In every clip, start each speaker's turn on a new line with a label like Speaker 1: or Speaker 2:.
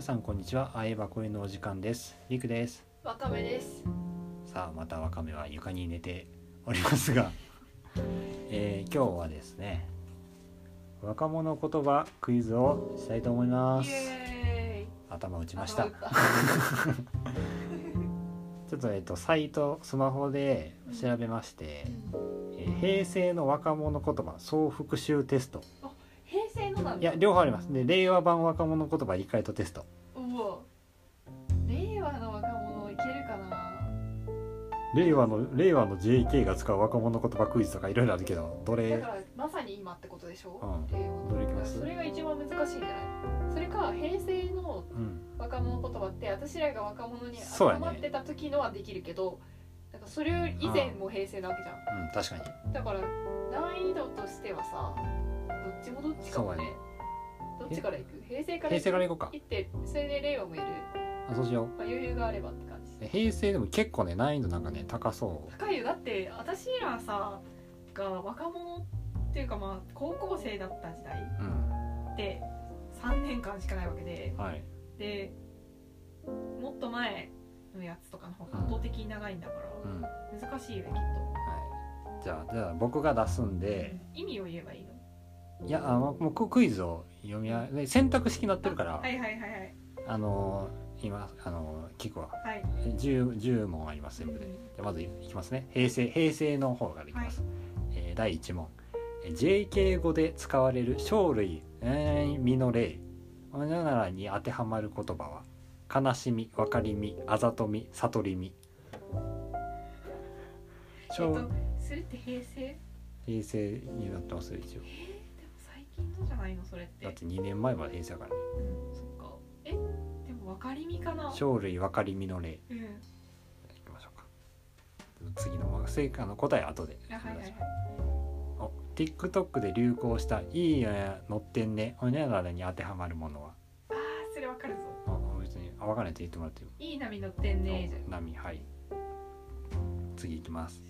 Speaker 1: さんこんにちはあえば声のお時間ですりくです
Speaker 2: わかめです。
Speaker 1: さあまたわかめは床に寝ておりますが、 えー今日はですね若者言葉クイズをしたいと思います
Speaker 2: イエーイ。
Speaker 1: 頭打ちました
Speaker 2: あ
Speaker 1: ちょっとえっとサイトスマホで調べまして、えー平成の若者言葉総復習テスト
Speaker 2: 平成のなんだ。
Speaker 1: いや両方ありますで令和版若者言葉リカイトテスト
Speaker 2: うお。令和の若者いけるかな。
Speaker 1: 令和の令和の JK が使う若者言葉クイズとかいろいろあるけどど
Speaker 2: だ
Speaker 1: れ
Speaker 2: からまさに今ってことでしょ。
Speaker 1: うん
Speaker 2: 令和の
Speaker 1: どれいきます
Speaker 2: それが一番難しいんじゃない。それか平成の
Speaker 1: うん
Speaker 2: 若者言葉って私らが若者に集
Speaker 1: そうやね
Speaker 2: まってた時のはできるけど、なんかそれより以前も平成なわけじゃん。
Speaker 1: うん確かに
Speaker 2: だから難易度としてはさ、どっちもどっちかもね
Speaker 1: そうやね。
Speaker 2: どっちから行く？平成か
Speaker 1: 平
Speaker 2: ら行く
Speaker 1: 成からいこうか
Speaker 2: 行ってそれで令和もいる。
Speaker 1: あそうしよ
Speaker 2: まあ、余裕があればって感じ
Speaker 1: うで平成でも結構ね難易度なんかね高そ
Speaker 2: 高いよだって私らさが若者っていうかまあ高校生だった時代
Speaker 1: ううん
Speaker 2: って3年間しかないわけで
Speaker 1: はい
Speaker 2: でもっと前のやつとかの方が圧倒的に長いんだか
Speaker 1: うんは
Speaker 2: ら難しいよねきっ
Speaker 1: いじゃあじゃあ僕が出すん
Speaker 2: と、
Speaker 1: で
Speaker 2: 意味を言えばいいの
Speaker 1: いやあのもうククイズを読みあで選択式になってるから
Speaker 2: はいはいはいはい
Speaker 1: あのー今あのー聞くわ
Speaker 2: はい
Speaker 1: え 10, 10問あります全部でじゃあまずいきますね平成平成の方からいきます、えー第1問えー JK 語で使われる生類えー身の例このようならに当てはまる言葉は悲しみ分かりみあざとみ悟りみ生
Speaker 2: えっとそれって平成え
Speaker 1: 平成になってますよ一応
Speaker 2: ー、でも最近のじゃないのそれって
Speaker 1: だって2年前は平成だからね
Speaker 2: うんそっかえでも分かりみかな
Speaker 1: 生類分かりみの例い
Speaker 2: うん
Speaker 1: きましょうか次の問正解の答えは後で
Speaker 2: あはいはいはい
Speaker 1: お TikTok で流行した「いいね乗ってんね」ほにゃららに当てはまるものは
Speaker 2: あーそれわかるぞ
Speaker 1: あ別にあ分かんないと言ってもらっていい
Speaker 2: いい波乗ってんねーじゃん
Speaker 1: 波はい次いきます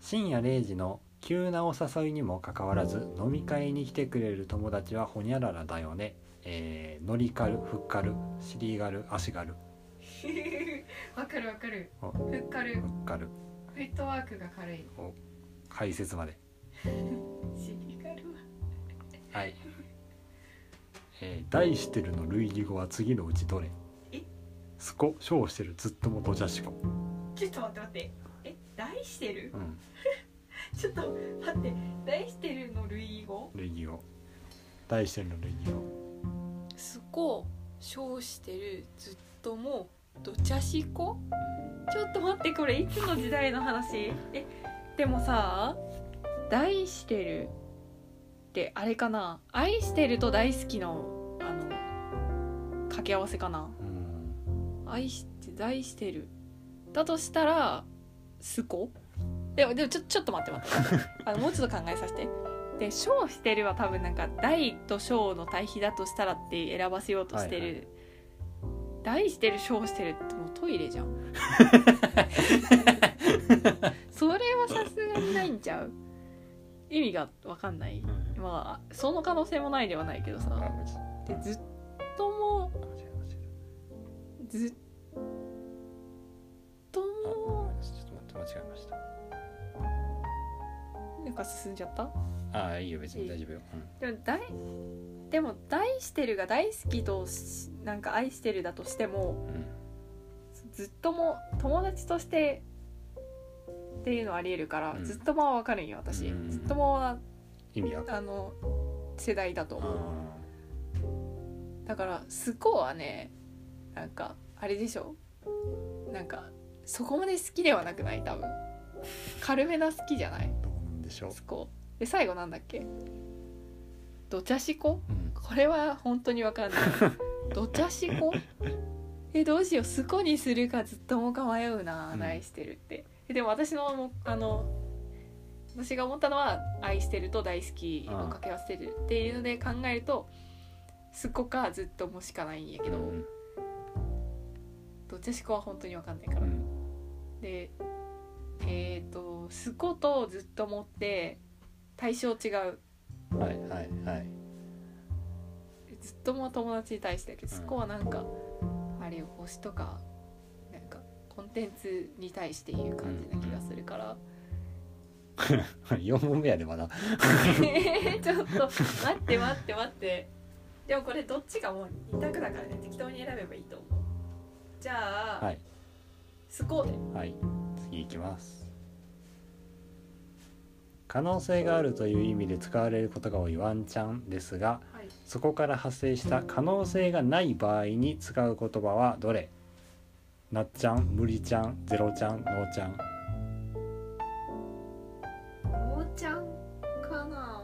Speaker 1: 深夜0時の急なお誘いにもかかわらず飲み会に来てくれる友達はほにゃららだよねえー、ノリカルフッカルシリガルアシガル
Speaker 2: わかるわかる
Speaker 1: あ
Speaker 2: ふっかる
Speaker 1: フッカル
Speaker 2: フットワークが軽い
Speaker 1: 解説まで
Speaker 2: シリガルは
Speaker 1: はい、えー題してるの類義語は次のうちどれ
Speaker 2: え
Speaker 1: すこ小してるずっともとじゃしこ
Speaker 2: ちょっと待って待ってえ題してる
Speaker 1: う ん
Speaker 2: ちょっと待って題してるの類義語
Speaker 1: 類義語題してるの類義語
Speaker 2: すこ称してるずっともどちゃしこちょっと待ってこれいつの時代の話えでもさ題してるってあれかな愛してると大好きのあの掛け合わせかな
Speaker 1: うん
Speaker 2: 愛して愛してるだとしたらすこでもでもちょちょっと待って待って あのもうちょっと考えさせてで「小してる」は多分なんか「大」と「小」の対比だとしたらって選ばせようとして
Speaker 1: はいは
Speaker 2: る「大してる」「小してる」ってもうトイレじゃ んそれはさすがにないんちゃう意味が分かんないまあその可能性もないではないけど
Speaker 1: あ
Speaker 2: さ
Speaker 1: ちょっ
Speaker 2: でずっと
Speaker 1: と
Speaker 2: も
Speaker 1: 間違えた間違え
Speaker 2: ずっと
Speaker 1: たあごめ
Speaker 2: も
Speaker 1: んなさいちょっと待って間違えまし
Speaker 2: なんか進んじゃった
Speaker 1: たあーいいよ別に大丈夫よ、うん
Speaker 2: でも大でも「大してる」が「大好きとし」なんか「愛してる」だとしても
Speaker 1: うん
Speaker 2: ずっとも友達としてっていうのありえるから、
Speaker 1: うん
Speaker 2: ずっともは分かるんよ私、
Speaker 1: うん
Speaker 2: ずっともは
Speaker 1: 意味わか
Speaker 2: あの世代だと
Speaker 1: う
Speaker 2: 思うんだから「すこ」はねなんかあれでしょなんかそこまで好きではなくない多分軽めな好きじゃない
Speaker 1: どうなんでしょう、
Speaker 2: そこで最後なんだっけどちゃしこ
Speaker 1: うん、
Speaker 2: これは本当に わかんないどちゃしこえどうしようすこにするかずっともか迷うな
Speaker 1: うん
Speaker 2: 愛してるって、えでも私のもあの私が思ったのは愛してると大好きを掛け合わせてるっていうので考えるとすこかずっともしかないんやけど、
Speaker 1: うん
Speaker 2: どちゃしこは本当にわかんないから
Speaker 1: う、ん
Speaker 2: でえっ、と「すこ」と「ずっとも」って対象違う
Speaker 1: はいはいはい
Speaker 2: ずっとも友達に対してだけど
Speaker 1: うん
Speaker 2: そこはなんか、あれよ星とかなんかコンテンツに対して言う感じな気がす るから、
Speaker 1: 4問目やでまだ
Speaker 2: ちょっと待って待って待ってでもこれどっちがもう2択だからね適当に選べばいいと思うじゃあ、
Speaker 1: はい
Speaker 2: スコーで
Speaker 1: はい次いきます可能性があるという意味で使われることが多いワンチャンですが
Speaker 2: はい
Speaker 1: そこから派生した可能性がない場合に使う言葉はどれなっちゃん無理ちゃんゼロちゃんのーちゃん
Speaker 2: のーちゃんかな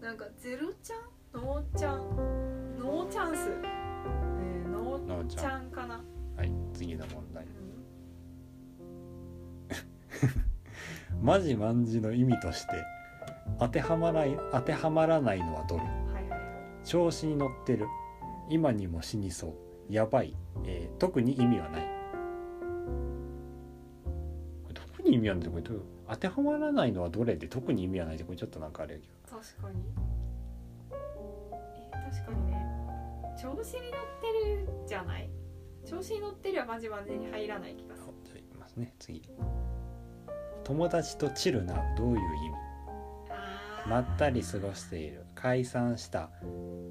Speaker 2: なんかゼロちゃんのーちゃんノーチャンス、えー、ノ
Speaker 1: のー
Speaker 2: ー
Speaker 1: ち
Speaker 2: ち
Speaker 1: ゃ
Speaker 2: ゃんかな、
Speaker 1: んはい次の問題
Speaker 2: うん
Speaker 1: マジマンジの意味として当てはまらない当てはまらないのはどれ
Speaker 2: はいはい
Speaker 1: 調子に乗ってる今にも死にそうやばい、えー特に意味はないこれ特に意味はないってこれどう当てはまらないのはどれで特に意味はないってこれちょっとなんかあれやけど
Speaker 2: 確かにえ確かにね調子に乗ってるじゃない調子に乗ってりゃマジマジに入らない気がする
Speaker 1: じゃあいきますね次友達とチルなどういう意味
Speaker 2: あー
Speaker 1: まったり過ごしている解散した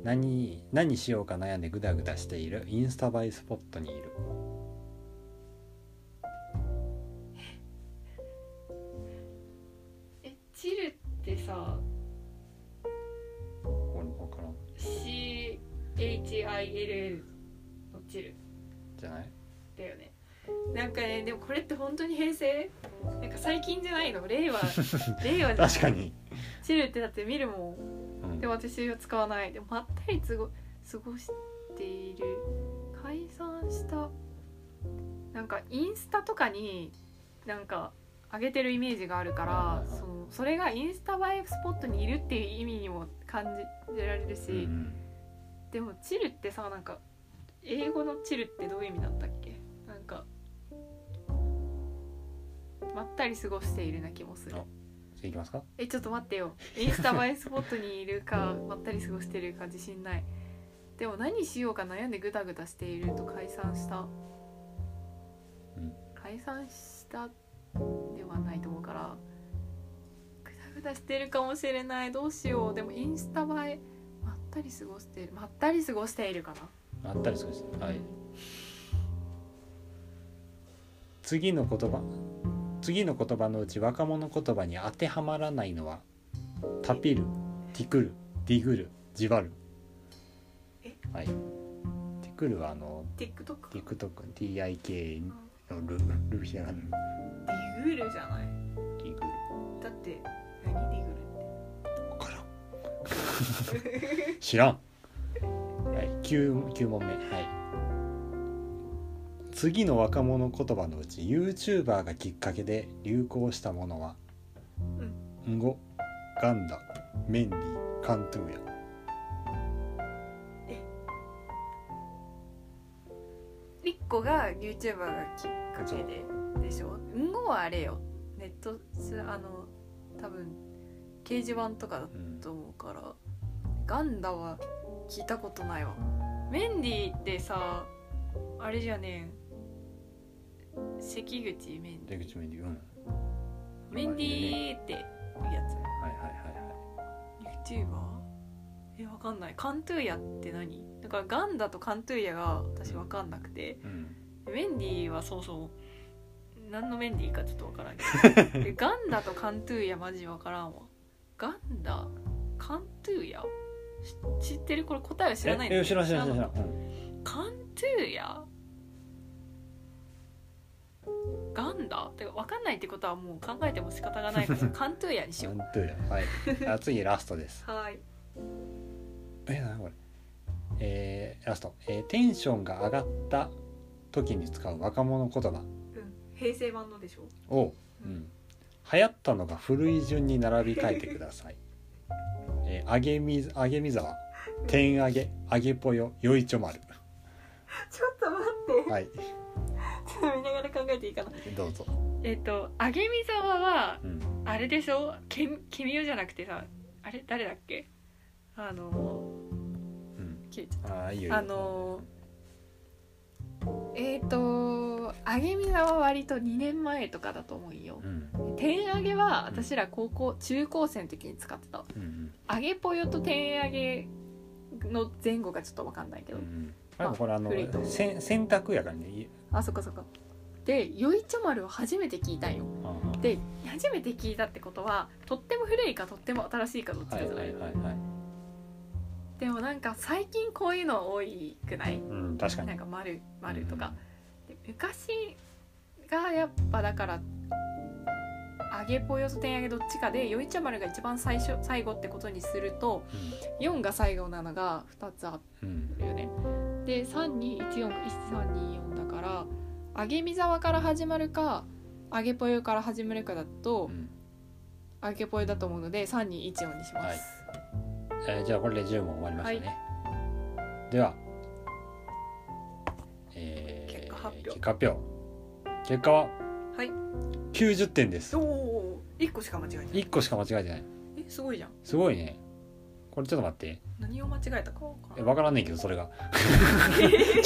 Speaker 1: 何何しようか悩んでグダグダしているインスタ映えスポットにいる
Speaker 2: えチルってさ
Speaker 1: これ分からん
Speaker 2: CHILL のチル
Speaker 1: じゃない
Speaker 2: だよねなんかねでもこれって本当に平成なんか最近じゃないの令 和令和じゃない
Speaker 1: 確かに、
Speaker 2: チルってだって見るもん
Speaker 1: うん
Speaker 2: でも私は使わないでもまったりつご過ごしている解散したなんかインスタとかになんか上げてるイメージがあるか
Speaker 1: う
Speaker 2: ら
Speaker 1: んうんうん
Speaker 2: そのそれがインスタ映えスポットにいるっていう意味にも感じられるし、
Speaker 1: うん
Speaker 2: でも「チル」ってさなんか英語の「チル」ってどういう意味だったっけなんかまったり過ごしているな気もする
Speaker 1: あ次いきますか
Speaker 2: えちょっと待ってよインスタ映えスポットにいるかまったり過ごしてるか自信ないでも何しようか悩んでグダグダしていると解散した、
Speaker 1: ん
Speaker 2: 解散したではないと思うからグダグダしてるかもしれないどうしようでもインスタ映えまったり過ごしているまったり過ごしているか
Speaker 1: あったりそうですね
Speaker 2: な、
Speaker 1: はい次の言葉次の言葉のうち若者言葉に当てはまらないのはタピるティクルディグルジバル
Speaker 2: え
Speaker 1: はいティクルはあの
Speaker 2: TikTok デ
Speaker 1: TikTokTIK のルルフィアがル
Speaker 2: ィグルじゃない
Speaker 1: ディグル
Speaker 2: だって何ディグ
Speaker 1: 分からん
Speaker 2: ルって
Speaker 1: 知らんはい9 9問目はい次の若者言葉のうち YouTuber がきっかけで流行したものはんごガンダメンディカントゥーヤ
Speaker 2: リッコが YouTuber がきっかけででしょうんごはあれよネットすあの多分掲示板とかだ
Speaker 1: うん
Speaker 2: と思うからガンダは聞いたことないわメンディーってさあれじゃねん関口メンディ
Speaker 1: 出口メンディうん
Speaker 2: ーメンディーっていうや
Speaker 1: はいはいはい
Speaker 2: つ YouTuber? えわかんないカントゥーヤって何だからガンダとカントゥーヤが私わかんなくて、
Speaker 1: はいうん
Speaker 2: メンディーはそうそう何のメンディーかちょっとわからんけ どでガンダとカントゥーヤマジわからんわガンダカントゥーヤし知ってるこれ答えは知らないん
Speaker 1: え
Speaker 2: だけ
Speaker 1: え
Speaker 2: ど
Speaker 1: 知らん知らん知らん知らん
Speaker 2: カントゥーヤガンダてかわかんないってことはもう考えても仕方がないから カントゥーヤにしよ
Speaker 1: うんカントゥーヤはいあ次ラストです
Speaker 2: うはい
Speaker 1: えなんだこれえー、ラスト、えーテンションが上がった時に使う若者言葉
Speaker 2: うん平成版のでしょ
Speaker 1: を、うん、流行ったのが古い順に並び替えてください えー、揚げみ揚げみざわ天揚げ揚げぽよよいちょ丸
Speaker 2: ちょっと待って
Speaker 1: はい
Speaker 2: ちょっと見ながら考えていいかな
Speaker 1: どうぞ、
Speaker 2: えっと揚げみざわは
Speaker 1: うん、
Speaker 2: あれでしょケミケミオじゃなくてさあれ誰だっけあの
Speaker 1: うん
Speaker 2: 切れちゃっ
Speaker 1: ああいいよいいよ
Speaker 2: たあのえっ、とあげみなは割と2年前とかだと思うよ
Speaker 1: うん
Speaker 2: 点上げは私ら高校中高生の時に使ってた
Speaker 1: うん
Speaker 2: 揚げぽよと点上げの前後がちょっと分かんないけ
Speaker 1: うんう
Speaker 2: ど、
Speaker 1: んなんかこれあの
Speaker 2: 古いと
Speaker 1: せん洗濯やからねい
Speaker 2: あそっかそっかで「よいちょ丸」を初めて聞いたんよ
Speaker 1: ああ
Speaker 2: で初めて聞いたってことはとっても古いかとっても新しいかどっちか
Speaker 1: は
Speaker 2: じ
Speaker 1: い
Speaker 2: ゃな、
Speaker 1: はいいはいはい
Speaker 2: でもなんか最近こういうの多いくない
Speaker 1: うん確かに
Speaker 2: なんか丸「丸とか、で昔がやっぱだから揚げぽよと点上げどっちかで「よいちょ丸」が一番最初最後ってことにすると4が最後なのが2つあって。
Speaker 1: うんうん
Speaker 2: よね。で32141324だから揚げみざわから始まるか揚げぽよから始まるかだと
Speaker 1: うん
Speaker 2: 揚げぽよだと思うので3214にします。
Speaker 1: えーじゃあこれで10問終わりましたね、では、えー
Speaker 2: 結果発表
Speaker 1: 結果発表結果は
Speaker 2: はい
Speaker 1: 90点です
Speaker 2: おお1個しか間違えない。
Speaker 1: 1個しか間違えてない
Speaker 2: えすごいじゃん。
Speaker 1: すごいねこれちょっと待って
Speaker 2: 何を間違えたかわか
Speaker 1: え
Speaker 2: ん
Speaker 1: わからんねんけどそれ がち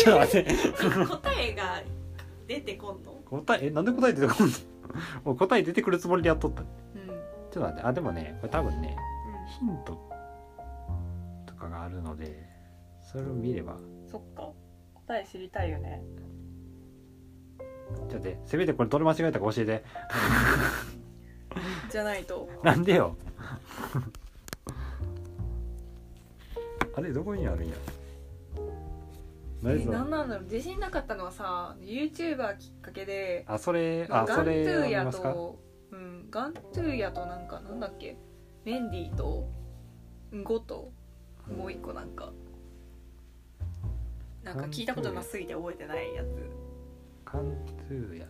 Speaker 1: ょっと待って
Speaker 2: ない。答えが出てこんの。
Speaker 1: 答ええなんで答え出てこんの もう答え出てくるつもりでやっとったちょ
Speaker 2: うん。うん
Speaker 1: っと待ってあでもねこれ多分ねヒントとかがあるのでそれを見れば
Speaker 2: そっか。答え知りたいよね。
Speaker 1: ちょっと待ってせめてこれどれ間違えたか教えて
Speaker 2: じゃないと。
Speaker 1: なんで よあれどこにあるんや
Speaker 2: え
Speaker 1: 何ぞ
Speaker 2: 何なんだろう自信なかったのはさ YouTuber きっかけで
Speaker 1: あそれ
Speaker 2: まあ
Speaker 1: あ
Speaker 2: ガ
Speaker 1: そ
Speaker 2: ントゥ
Speaker 1: れあ
Speaker 2: ー
Speaker 1: り
Speaker 2: ヤ
Speaker 1: ますか
Speaker 2: と、うん、ガントゥーヤとなんかなんだっけメンディーとんごともう一個なんかなんか聞いたことなすぎて覚えてないやつ
Speaker 1: カントゥーヤ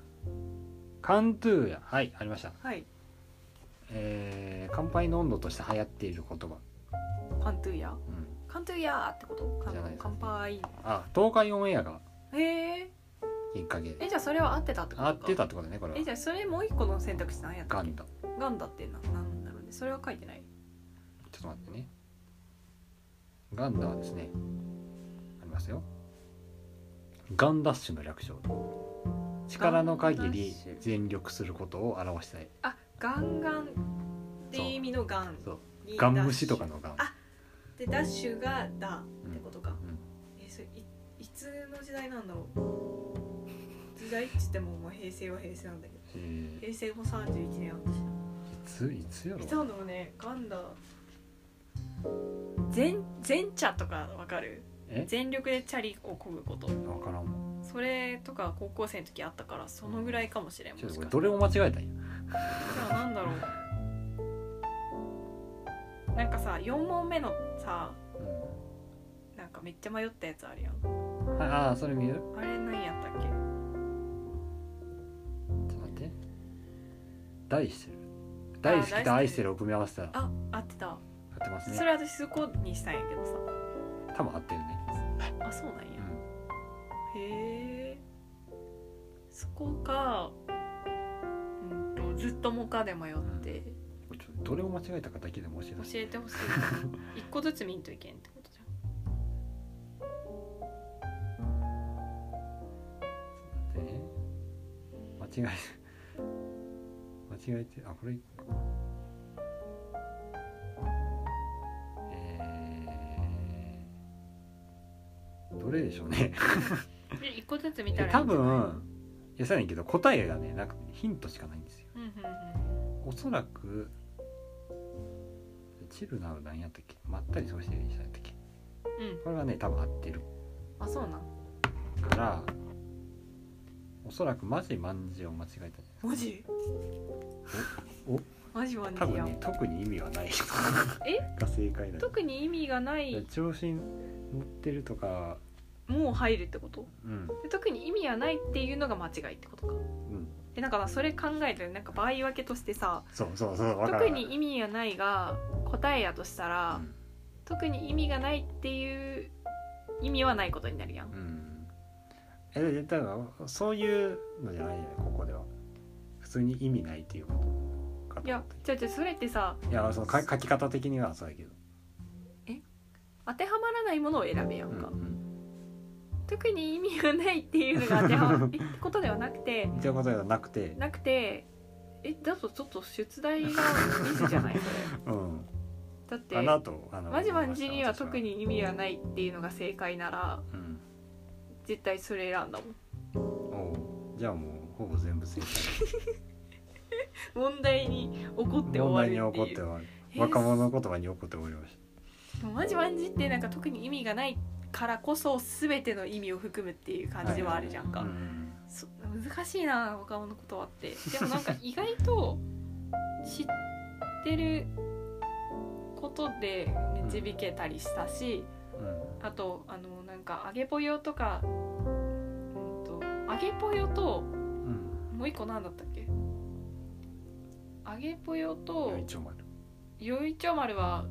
Speaker 1: カントゥーヤはいありました
Speaker 2: はい
Speaker 1: えー、乾杯の温度として流行っている言葉、
Speaker 2: カントゥーヤ
Speaker 1: うん、
Speaker 2: カントゥーヤーってことか
Speaker 1: じゃないです
Speaker 2: 乾杯
Speaker 1: あ東海オンエアが
Speaker 2: へえ
Speaker 1: きっかけで
Speaker 2: えじゃあそれは合ってたってことか
Speaker 1: 合ってたってことねこれは
Speaker 2: えじゃあそれもう一個の選択肢なんやった
Speaker 1: ガ
Speaker 2: っけ
Speaker 1: ンダ
Speaker 2: ガンダってななんだろうねそれは書いてない
Speaker 1: ちょっと待ってね。ガンダはですね、ありますよ。ガンダッシュの略称。力の限り全力することを表したい。
Speaker 2: あガンガンっていう意味のガン
Speaker 1: そう。
Speaker 2: に
Speaker 1: ガン虫とかのガン。
Speaker 2: あでダッシュが「だ」ってことか、
Speaker 1: うん
Speaker 2: えそれいいつの時代なんだろう時代って言ってももう平成は平成なんだけど
Speaker 1: えーい
Speaker 2: 平成も31年あったしな
Speaker 1: ついつや
Speaker 2: いつな
Speaker 1: ろ
Speaker 2: んだろうねガンダ全全茶とかわかる
Speaker 1: え
Speaker 2: 全力でチャリをこぐこと
Speaker 1: わからんもん。
Speaker 2: それとか高校生の時あったからそのぐらいかもしれん
Speaker 1: ちょ
Speaker 2: も
Speaker 1: っと
Speaker 2: し
Speaker 1: こ
Speaker 2: か
Speaker 1: れ
Speaker 2: した
Speaker 1: ど
Speaker 2: ら
Speaker 1: れを間違えたんや。
Speaker 2: なんだろうなんかさ4問目のさ
Speaker 1: う
Speaker 2: なんかめっちゃ迷ったやつあるやん
Speaker 1: んああー、それ見える
Speaker 2: あれ何やったっけ
Speaker 1: ちょっと待って。大してる。大好きと愛してるを組み合わせたら合
Speaker 2: あ合ってた
Speaker 1: ってます
Speaker 2: そ
Speaker 1: ね。
Speaker 2: れ私数個にしたんやけどさ
Speaker 1: 多分合ってるね。
Speaker 2: あそうなんや、へえそこかうんとずっともかで迷って
Speaker 1: うんちょっとどれを間違えたかだけでも教えて
Speaker 2: 教
Speaker 1: ほしい。
Speaker 2: え てほしい一個ずつ見んといけんってことじ
Speaker 1: 待ってね間違えて間違えてあこれえーどれでしょうね
Speaker 2: ゃんで一個ずつ見たらいい
Speaker 1: 多
Speaker 2: んじゃない
Speaker 1: 分いやそうやねんけど答えがねなんかヒントしかないんですよ
Speaker 2: うんうん
Speaker 1: おそらくチルナウなんやったっけまったり過ごしてるにしたんやったっけ
Speaker 2: うんうん
Speaker 1: これはね多分合ってる
Speaker 2: あそうなん
Speaker 1: からおそらくマジマンジを間違えたんじゃないですか
Speaker 2: マジ
Speaker 1: おお
Speaker 2: マジマ
Speaker 1: 多
Speaker 2: ジ
Speaker 1: 分
Speaker 2: やん、
Speaker 1: ね特に意味はない
Speaker 2: え
Speaker 1: が正解だよ
Speaker 2: 特に意味がない
Speaker 1: 調子に乗ってるとか
Speaker 2: もう入るってこと
Speaker 1: うん
Speaker 2: で特に意味はないっていうのが間違いってことか
Speaker 1: うん
Speaker 2: でなんかそれ考えてなんか場合分けとしてさ、
Speaker 1: そうそうそうわかる
Speaker 2: 特に意味がないが答えやとしたら、特に意味がないっていう意味はないことになるやん
Speaker 1: うん、うん、えだからそういうのじゃないよねここでは普通に意味ないっていうことかと
Speaker 2: いや違う違うそれってさ
Speaker 1: いやそのか書き方的にはそうやけど
Speaker 2: 当てはまらないものを選べやん
Speaker 1: うん
Speaker 2: か、
Speaker 1: うん
Speaker 2: 特に意味がないっていう のが当てはまえってことではなくて
Speaker 1: っていうことではなくて、
Speaker 2: なくてえだとちょっと出題がミスじ ゃないそれ
Speaker 1: うん、
Speaker 2: だって
Speaker 1: かなとあの
Speaker 2: マジマンジに
Speaker 1: 思
Speaker 2: は
Speaker 1: いま
Speaker 2: 特
Speaker 1: した
Speaker 2: に意味はないっていうのが正解なら
Speaker 1: 私はうん
Speaker 2: 絶対それ選んだもん
Speaker 1: おうじゃあもうほぼ全部正解
Speaker 2: 問題に怒って
Speaker 1: 問題
Speaker 2: 終
Speaker 1: に
Speaker 2: わる
Speaker 1: 起こ
Speaker 2: っ
Speaker 1: って
Speaker 2: い
Speaker 1: て
Speaker 2: う
Speaker 1: 終わる
Speaker 2: えー
Speaker 1: 若者言葉に起こって終わりまし
Speaker 2: でもマジマンジってなんか特に意味がないからこそ全ての意味を含むっていう感じはあるじゃんか、
Speaker 1: た、うん
Speaker 2: そ難しいな若者言葉ってでもなんか意外と知ってることで導けたりしたし、
Speaker 1: うん
Speaker 2: あとあのなんか揚げぽよとか、うん、と揚げぽよと
Speaker 1: うん
Speaker 2: もう一個なんだったっけ揚げぽよ
Speaker 1: よ
Speaker 2: と
Speaker 1: いちょまる
Speaker 2: よいちょ丸は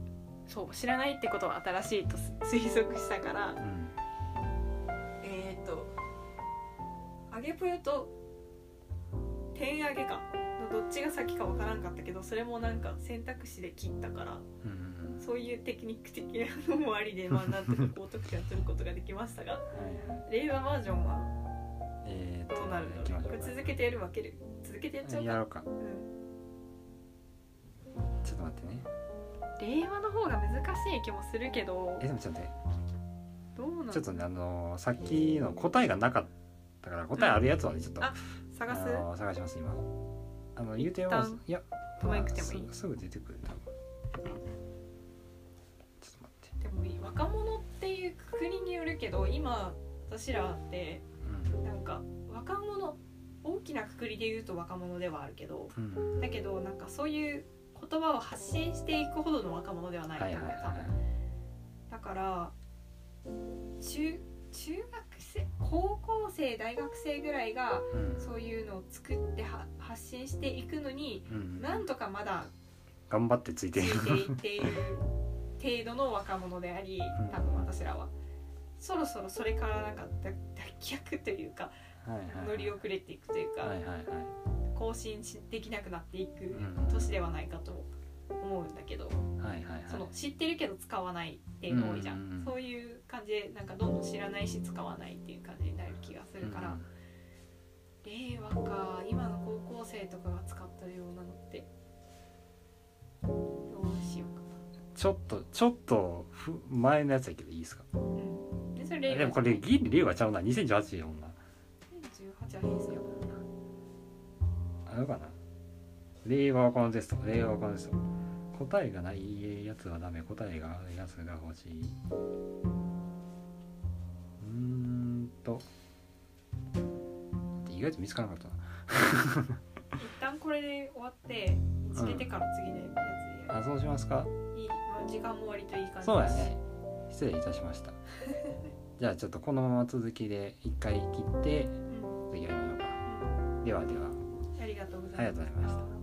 Speaker 2: そう知らないってことは新しいと推測したから
Speaker 1: うん
Speaker 2: えっ、と揚げぽよと天揚げかのどっちが先かわからんかったけどそれもなんか選択肢で切ったから
Speaker 1: うんうん
Speaker 2: そういうテクニック的なのもあ りで、まあ、なんとか高得点を取ることができましたが
Speaker 1: はいはい
Speaker 2: 令和バージョンは
Speaker 1: えー
Speaker 2: ど
Speaker 1: と
Speaker 2: うなる
Speaker 1: 行き
Speaker 2: の
Speaker 1: ましょ
Speaker 2: こ
Speaker 1: う
Speaker 2: れ
Speaker 1: か
Speaker 2: 続けてやるわける続けてやっちゃう
Speaker 1: やろ
Speaker 2: か、
Speaker 1: うか
Speaker 2: うん、
Speaker 1: ちょっと待ってね
Speaker 2: 令和の方が難しい気もするけど
Speaker 1: えでもちょっと待っ
Speaker 2: どうなの
Speaker 1: てちょっとねあのーさっきの答えがなかったから答えあるやつをねちょっと
Speaker 2: あ探す
Speaker 1: あのー探します今あの言うても
Speaker 2: 旦
Speaker 1: いや
Speaker 2: 止めなくてもいい
Speaker 1: まあすすぐ出てくる多分ちょっと待って
Speaker 2: でもいい若者っていう国によるけど今私らってなんか若者大きなくくりで言うと若者ではあるけど
Speaker 1: うんうん
Speaker 2: だけどなんかそういう言葉を発信していくほどの若者ではないと
Speaker 1: はい
Speaker 2: い
Speaker 1: は
Speaker 2: う
Speaker 1: い
Speaker 2: か、
Speaker 1: はいはい
Speaker 2: だから中中学生高校生大学生ぐらいが
Speaker 1: うん
Speaker 2: そういうのを作っては発信していくのに
Speaker 1: うん
Speaker 2: なんとかまだ
Speaker 1: 頑張ってつい
Speaker 2: つ
Speaker 1: てる
Speaker 2: いていっている程度の若者であり多分私らはそろそろそれからなんか脱脱却というか
Speaker 1: はいはいはい
Speaker 2: 乗り遅れていくというか、
Speaker 1: はいはいはい
Speaker 2: 更新しできなくなっていく
Speaker 1: うん
Speaker 2: 年ではないかと思うんだけど、
Speaker 1: はいはいはい
Speaker 2: その知ってるけど使わないっていうの多いじゃん、
Speaker 1: うんうんうん
Speaker 2: そういう感じでなんかどんどん知らないし使わないっていう感じになる気がするから、
Speaker 1: うん
Speaker 2: 令和か今の高校生とかが使ってるようなのってどうしようか
Speaker 1: ちょっとちょっとふ前のやつやけどいいですか
Speaker 2: な、うん、でそれ令和
Speaker 1: でもこれ
Speaker 2: 2018
Speaker 1: ギリ令和ちゃうな2018やもんな
Speaker 2: は平成よ
Speaker 1: あれかな令和コンテスト令和コンテスト答えがないやつはダメ答えがあるやつが欲しいうーんと意外と見つからなかったな
Speaker 2: 一旦これで終わって見つけてから次のやつでや
Speaker 1: あそうしますか
Speaker 2: る、いいまあ、時間も割といい感じだし
Speaker 1: そうやね失礼いたしましたじゃあちょっとこのまま続きで一回切って
Speaker 2: うん
Speaker 1: 次やりましょうかではでは
Speaker 2: ありがとうご
Speaker 1: あ
Speaker 2: ざ
Speaker 1: り
Speaker 2: い
Speaker 1: がとうご
Speaker 2: まし
Speaker 1: ざいました
Speaker 2: た。